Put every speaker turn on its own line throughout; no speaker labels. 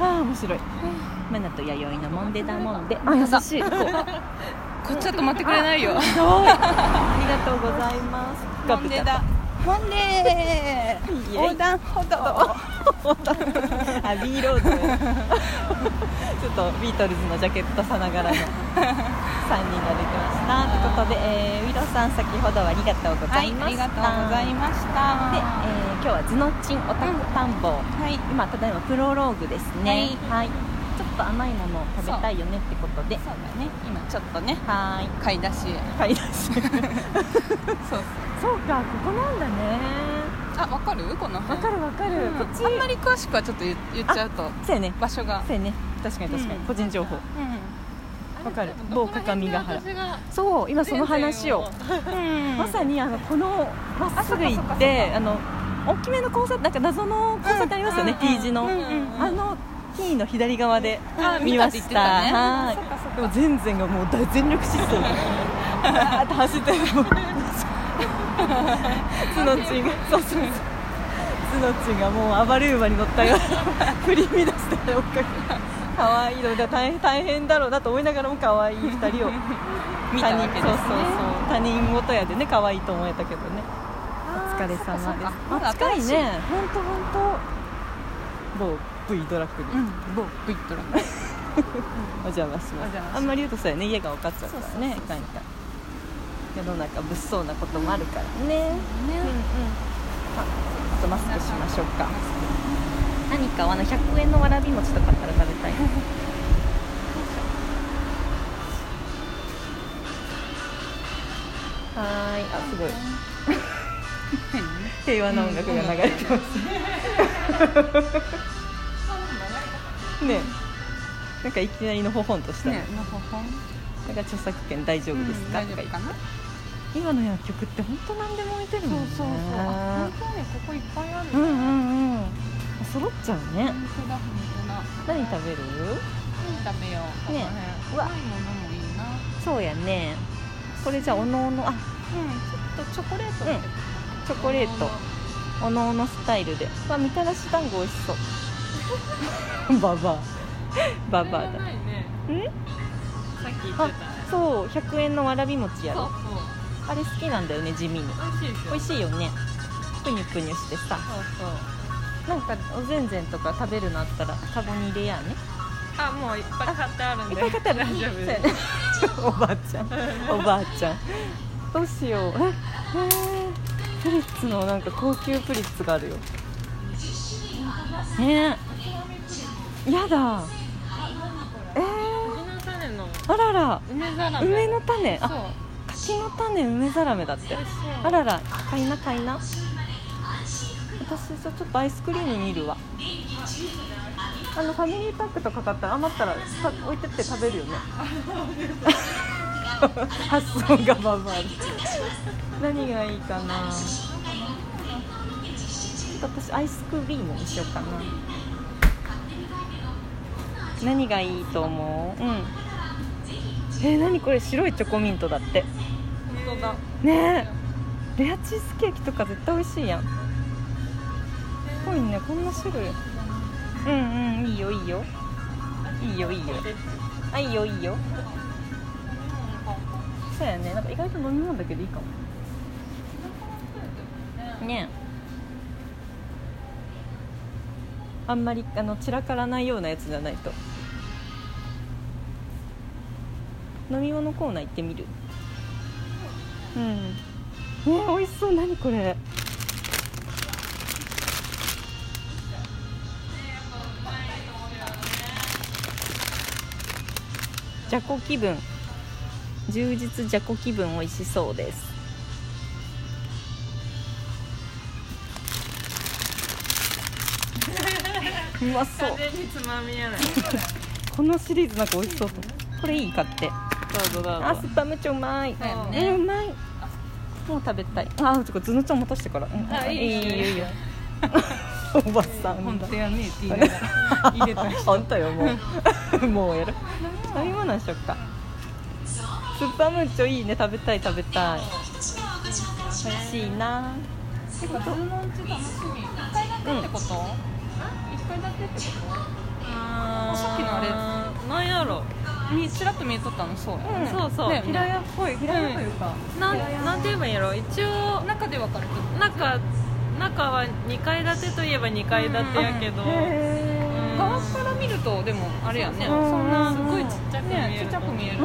面白いマナと弥生のもんでだもんで
あ優
あ
しい
こっちは止まってくれないよ
りがとうございます
ほんでだほんで
イエイ
横断歩道
あ B ロード ちょっとビートルズのジャケットさながら の3人が出てましたということで、えー、ウィロさん先ほどはありがとうござ
はいい
ま
あ
し
り
た、
がとうございました
で、えー今日はズノチンオタク探訪、
はい
今ただいまプロローグですねはい、ちょっと甘いものを食べたいよねってことで
そうだね今ちょっとね
はーい
買い出しへ
買 い出し
そう
そうかここなんだね
あわかるこの
わ
辺
かるわかる、
うん
こっち
あんまり詳しくはちょっと言言っちゃうと
そうやね
場所が
そうやね確かに確かに、
うん
個人情報わかる某各務原そう今その話をまさ
に
にあのこのまっすぐ行
あそっかそ
っ
っ
で
か
あの大きめの交差なんか謎の交差点ありますよね、T 字の、あの T の左側で
あ
見まし
見たって言って
た
たね
はい
そっかそっか
でも全然がもう大全力疾走あーって走 ってるもうツノチンがそうそうそうツノチンがもう暴れ馬に乗ったような振り乱して追っかけ可愛いので大変大変だろうなと思いながらも可愛い二人を
見たわけです
他人そうそ
ね
うそう他人事やでね可愛いと思えたけどねお疲れ様です
まだ
あ近い
新し
ね本当本当某 V ドラッグに、
うん某ブイットラン
お邪魔しま
お
す
邪魔します
あんまり言うとそうやね家が分かっちゃうからねいかんいかん世の中物騒なこともあるからね、うんうんあちょっとマスクしましょうか何かあの100円のわらび餅とかあったら食べたいはーいあす ごい平和な音楽が流れてますねなんかいきなりのほほんとしたね
ねのほほん
なんか著作権大丈夫ですか、
大丈夫かな
今の薬局って本当何でも置いてるもんね
あ本当ねここいっぱいある
うんう
本
んうん揃っちゃうね
当だ本当だ
何食べる
何食べよう
ねう
この
わ
辺甘いものもいいな
そうやねこれじゃあおのおのあ
うんちょっとチョコレート
うんチョコレートおのおのスタイルでうわみたらし団子美味しそう ババアババアだ
ないね
ん
さっき言って
あ
た
そう100円のわらび餅や
そう
ろあれ好きなんだよね地味に
そう美味し
美味し
いですよ
いよねぷにゅぷにゅしてさ
そうそう
なんかおぜんぜんとか食べるのあったらカゴに入れやね
あもういっぱい買ってあるんで
いっぱい買ってある
大丈夫
そうや
で
ね おばあちゃんおばあちゃんどうしようええープリッツのなんか高級プリッツがあるよねえやだえー、
梅の種の
あらら
梅ざらめ
梅の種
そう
あ柿の種梅ざらめだって
美味しそう
あらら買いな買いな私じゃちょっとアイスクリーム見るわあのファミリーパックとか買ったら余ったらさ置いてって食べる よね発想がババある何がいいかなちょっと私アイスクリームにしようかな何がいいと思ううんえー、何これ白いチョコミントだって
本当だ
ねえレアチーズケーキとか絶対美味しいやんすごいねこんな種類うんうんいいよいいよいいよいいよあいいよいいよそうやねなんか意外と飲み物だけでいいかもねえあんまりあの散らからないようなやつじゃないと飲み物コーナー行ってみるうんねえ美味しそう何これじゃこ気分充実じゃこ気分美味しそうです うまそう
風につまみやない
このシリーズなんか美味しそうとこれいい買って
どうぞどうぞ
あスパムチョうまい
だよね
えうまいもう食べたいあてかズノちゃん持たしてから、うん
あいいよ
いいよいいよおばさん
本
だ
当やねって言いながら入れた人
あんたよも うもうやる飲み物にしよっかスパムチョいいね食べたい食べたい美味しいな
てか、ズームンチ楽しみ。一回だけってこと。一回だけってこと。
う
みちらっと見えとったのそうや
うん
ね
そうそう、
ね
平屋っぽい
平屋という
か、ん、
な
なんん
な
なんん
て
て言えばいいんやろ一応
中で分かれてる
中中は2階建てといえば2階建てやけど、
へ
側から見るとでもあれや
うん
ねそんなすごいちっちゃく見
ね
え
ち
る
っちゃく見える
ーう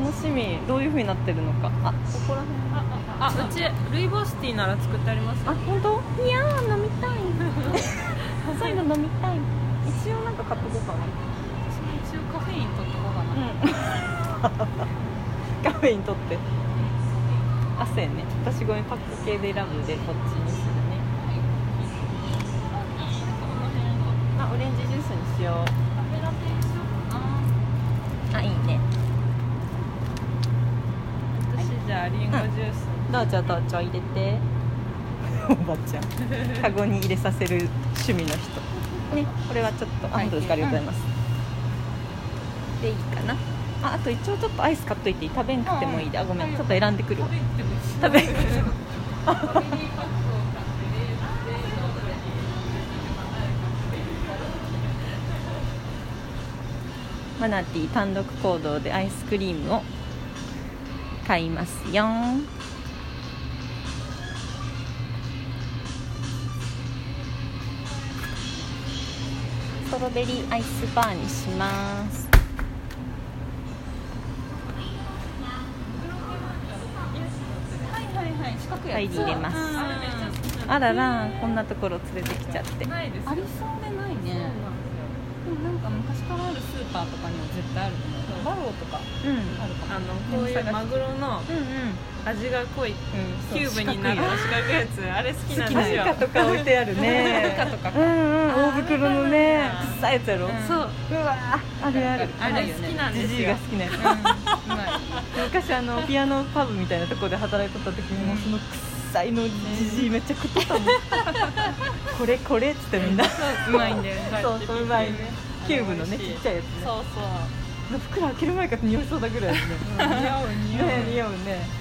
ん楽しみどういう風になってるのかあここら辺
あうちルイボスティーなら作ってあります
あ本当いやー飲みたいそういうの飲みたい一応なんか買っとこうかな
一応カフェイン取っとこう かな
カフェイン取って汗ね私ごめんパック系で選ぶんでこっちにするねあオレンジジュースにしよう
カフェラテにしようかな
あいいね
私じゃあリンゴジュース、
どうちょどうちょ入れておばちゃんカゴに入れさせる趣味の人ねこれはちょっとあ
はい
本当ですかありがとうございます、でいいかなああと一応ちょっとアイス買っといていい食べんくてもいいであごめんちょっと選んでくるわ食 べマナティー単独行動でアイスクリームを買いますよストロベリーアイスバーにします
はいはい四角い
入り入れます
うん
あららこんなところ連れてきちゃって
ないです
ありそうでないねでもなんか昔からあるスーパーとかには絶対あると思うバローとか
うん
あるかも
あのこういうマグロの
うん
味が濃い
うん
キュ ーブになる
る
四角いやつあれ好きなんですよ
なんかとか置いてあるね
なんかとか
うんうん大袋のね
あー
臭いやつやろ、
うん
そう
うわーあるある
あ
あ
る
れ
よ
好
ね
きなんで
じ
す
じい
よ
が好きなやつ
うんうまい
昔あのピアノパブみたいなとこで働いとった時にもうその臭いのじじいめっちゃ食ってた もんこれこれっつってみんな
うまいんだよ
そうそううまいねキューブのねちっちゃいやつね
そうそ
の
う
袋開ける前から匂いそうだぐらいですね
似合う似合
ね
う
似合うね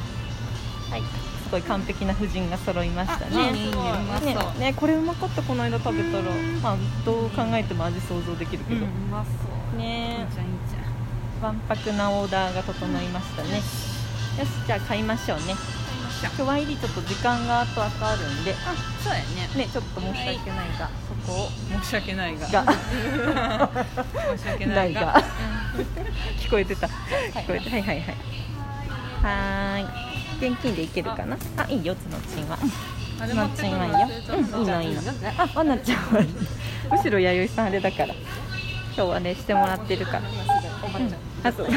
はいすごい完璧な婦人が揃いました
いいね
ね
いいねうま
ね
そう
ねこれうまかったこの間食べたら
うん
まあどう考えても味想像できるけど、
まそうい
ね
いじゃんいいじゃん
わんぱくなオーダーが整いましたねよしじゃあ買いましょうね今日は入りちょっと時間が後々あるんで
あそうやね
ねちょっと申し訳ないがそこを
申し訳ないが
が
申し訳な
ないい
が
が聞こえてた聞こえてはいはいはいはーい現金でいけるかなあいいよつのちんは
あ
つ
れ持
の
って
ち
く
ん
の
はいいよ、うん、いいの
忘れちゃっ
いいのあわなちゃんはいいむしろ弥生さんあれだから今日あれしてもらってるからあそう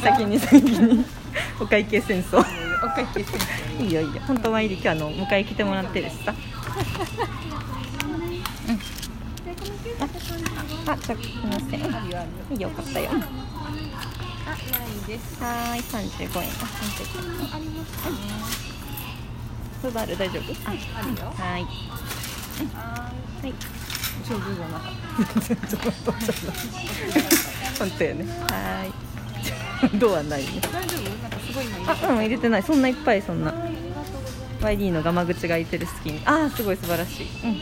先に先にお会計戦争
お会計して
いいよいいよ本当はいい今日あの迎え来てもらってるしさうんあじゃあすみませんいいよ買ったよ
あないです
はーい三十五円あ三十五円
ありますね
スバル大丈夫は
あるよ
ーい
あ
はい
ー上手じゃなかった
本当よねはー いドアないね
大丈夫なんかすごい今いい
あうん入れてないそんないっぱいそんな YD のガマ口が開いてる隙にああすごい素晴らしいうん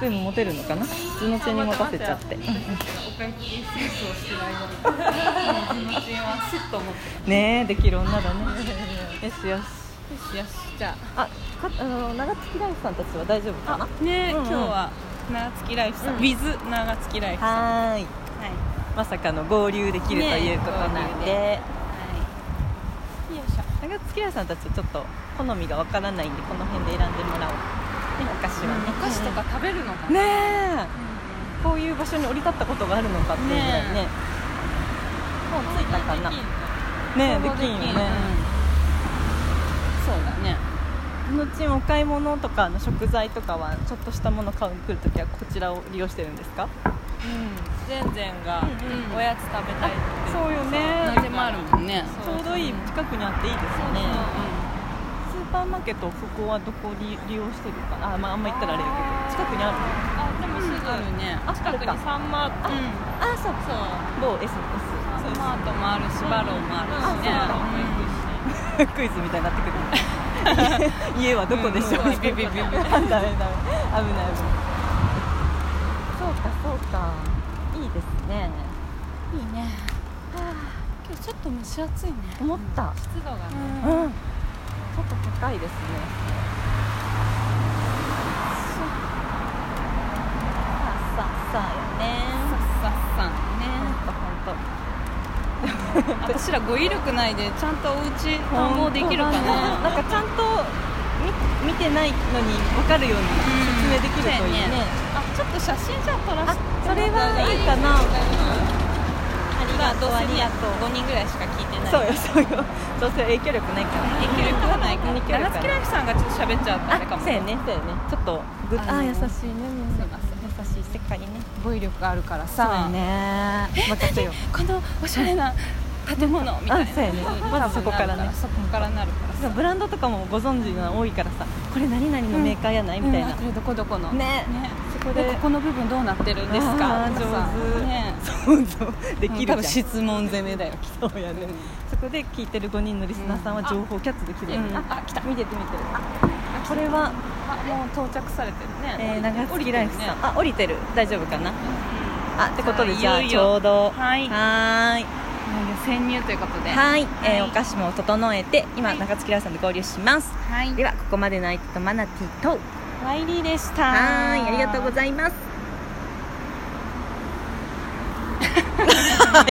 そういうの持てるのかな普通のちに持たせちゃって、うんうん
お会計センスをしてる間にうちのチームはスッと思って
ねえできる女だねよしよし
よしよしじゃ
あかあの長月ライフさんたちは大丈夫かな
あねえ、
うんうん
今日は長月ライフさん、
うん
with 長月ライフさんは
はーい
い、
まさかの合流できるということなんで、
はい、よいしょ
長月ライフさんたちちょっと好みがわからないんでこの辺で選んでもらおう、ね、お菓子はね
お菓子とか食べるのかな
ねえこういう場所に降り立ったことがあるのかっていうぐらいね
ね
もう着いたかなねえできんよね
そうだね
このうちお買い物とかの食材とかはちょっとしたもの買うに来るときはこちらを利用してるんですか
うん、全然が
うんうん
おやつ食べたいって
そうよね
何でもあるもんね
ちょうどいい近くにあっていいですよねスーパーマーケットここはどこに利用してるかなあ,、まあ、あんま言ったらあれやけど近くにある
あでもすぐ、
あるね
あ
近く
ある
に
か
サンマート、うん、
あそう
そう
某 S
サン
S
マートもあるしバローもあるしね
あそう
も行くし
クイズみたいになってくる家家はどこでしょう、
うんうんビビビビ
ダメダメ危ない危ないそうかそうかいいですねいいね
今日ちょっと蒸し暑いね
思った
湿度がね、
うんちょっと高いですねさあさあさあよね
さっさっ
本
さんね私ら語彙力ないでちゃんとお家
当本当
探訪できるかな
なんかちゃんと見見てないのに分かるように説明できるといいね,、
そうやねあちょっと写真じゃあ撮らせて
あそれはいいかな
ありがとう
ありがとう
5人ぐらいしか聞いてない
そうよそうよどうせ影響力ないから
影響力がないから
影響力がない
七月ライフさんがちょっと喋っちゃったあれか
あ
も
そうやねそうやねちょっとぐ
あ
い
の
ねみんな優しい世界ね
語彙力あるから
そうや
さ
ね任 せよう
このおしゃれな建物みたいな
あそうやねまだそこからね
そこからなるからさ
ブランドとかもご存知が多いからさこれ何々のメーカーやない、みたいな、
うんこれどこどこの
ね
そ
そ
こ
こ
で
で
ここの部分どうなってるんですか
あー
とかさ
上手
ね
そうそうできるじゃ
多分
ん
質問攻めだよきっと
そうやねそこで聞いてる5人のリスナーさんは情報キャッチできるよね、
うんああ来た
見てて見てるあこれは、
あもう到着されてるね
えー、長
降り
月
て
ラ
る
イ
ね
フさん、あ降りてる大丈夫かな、あってことで
さあ
じゃあ
いよい
ち
よ
ょうど
はい
はーい
いよいよ潜入ということで
はい、えー
はい
お菓子も整えて今、
はい
中月ライフさんと合流します、
はい
ではここまでの相手とマナティとは
ワイリーでした
ーいありがとうございます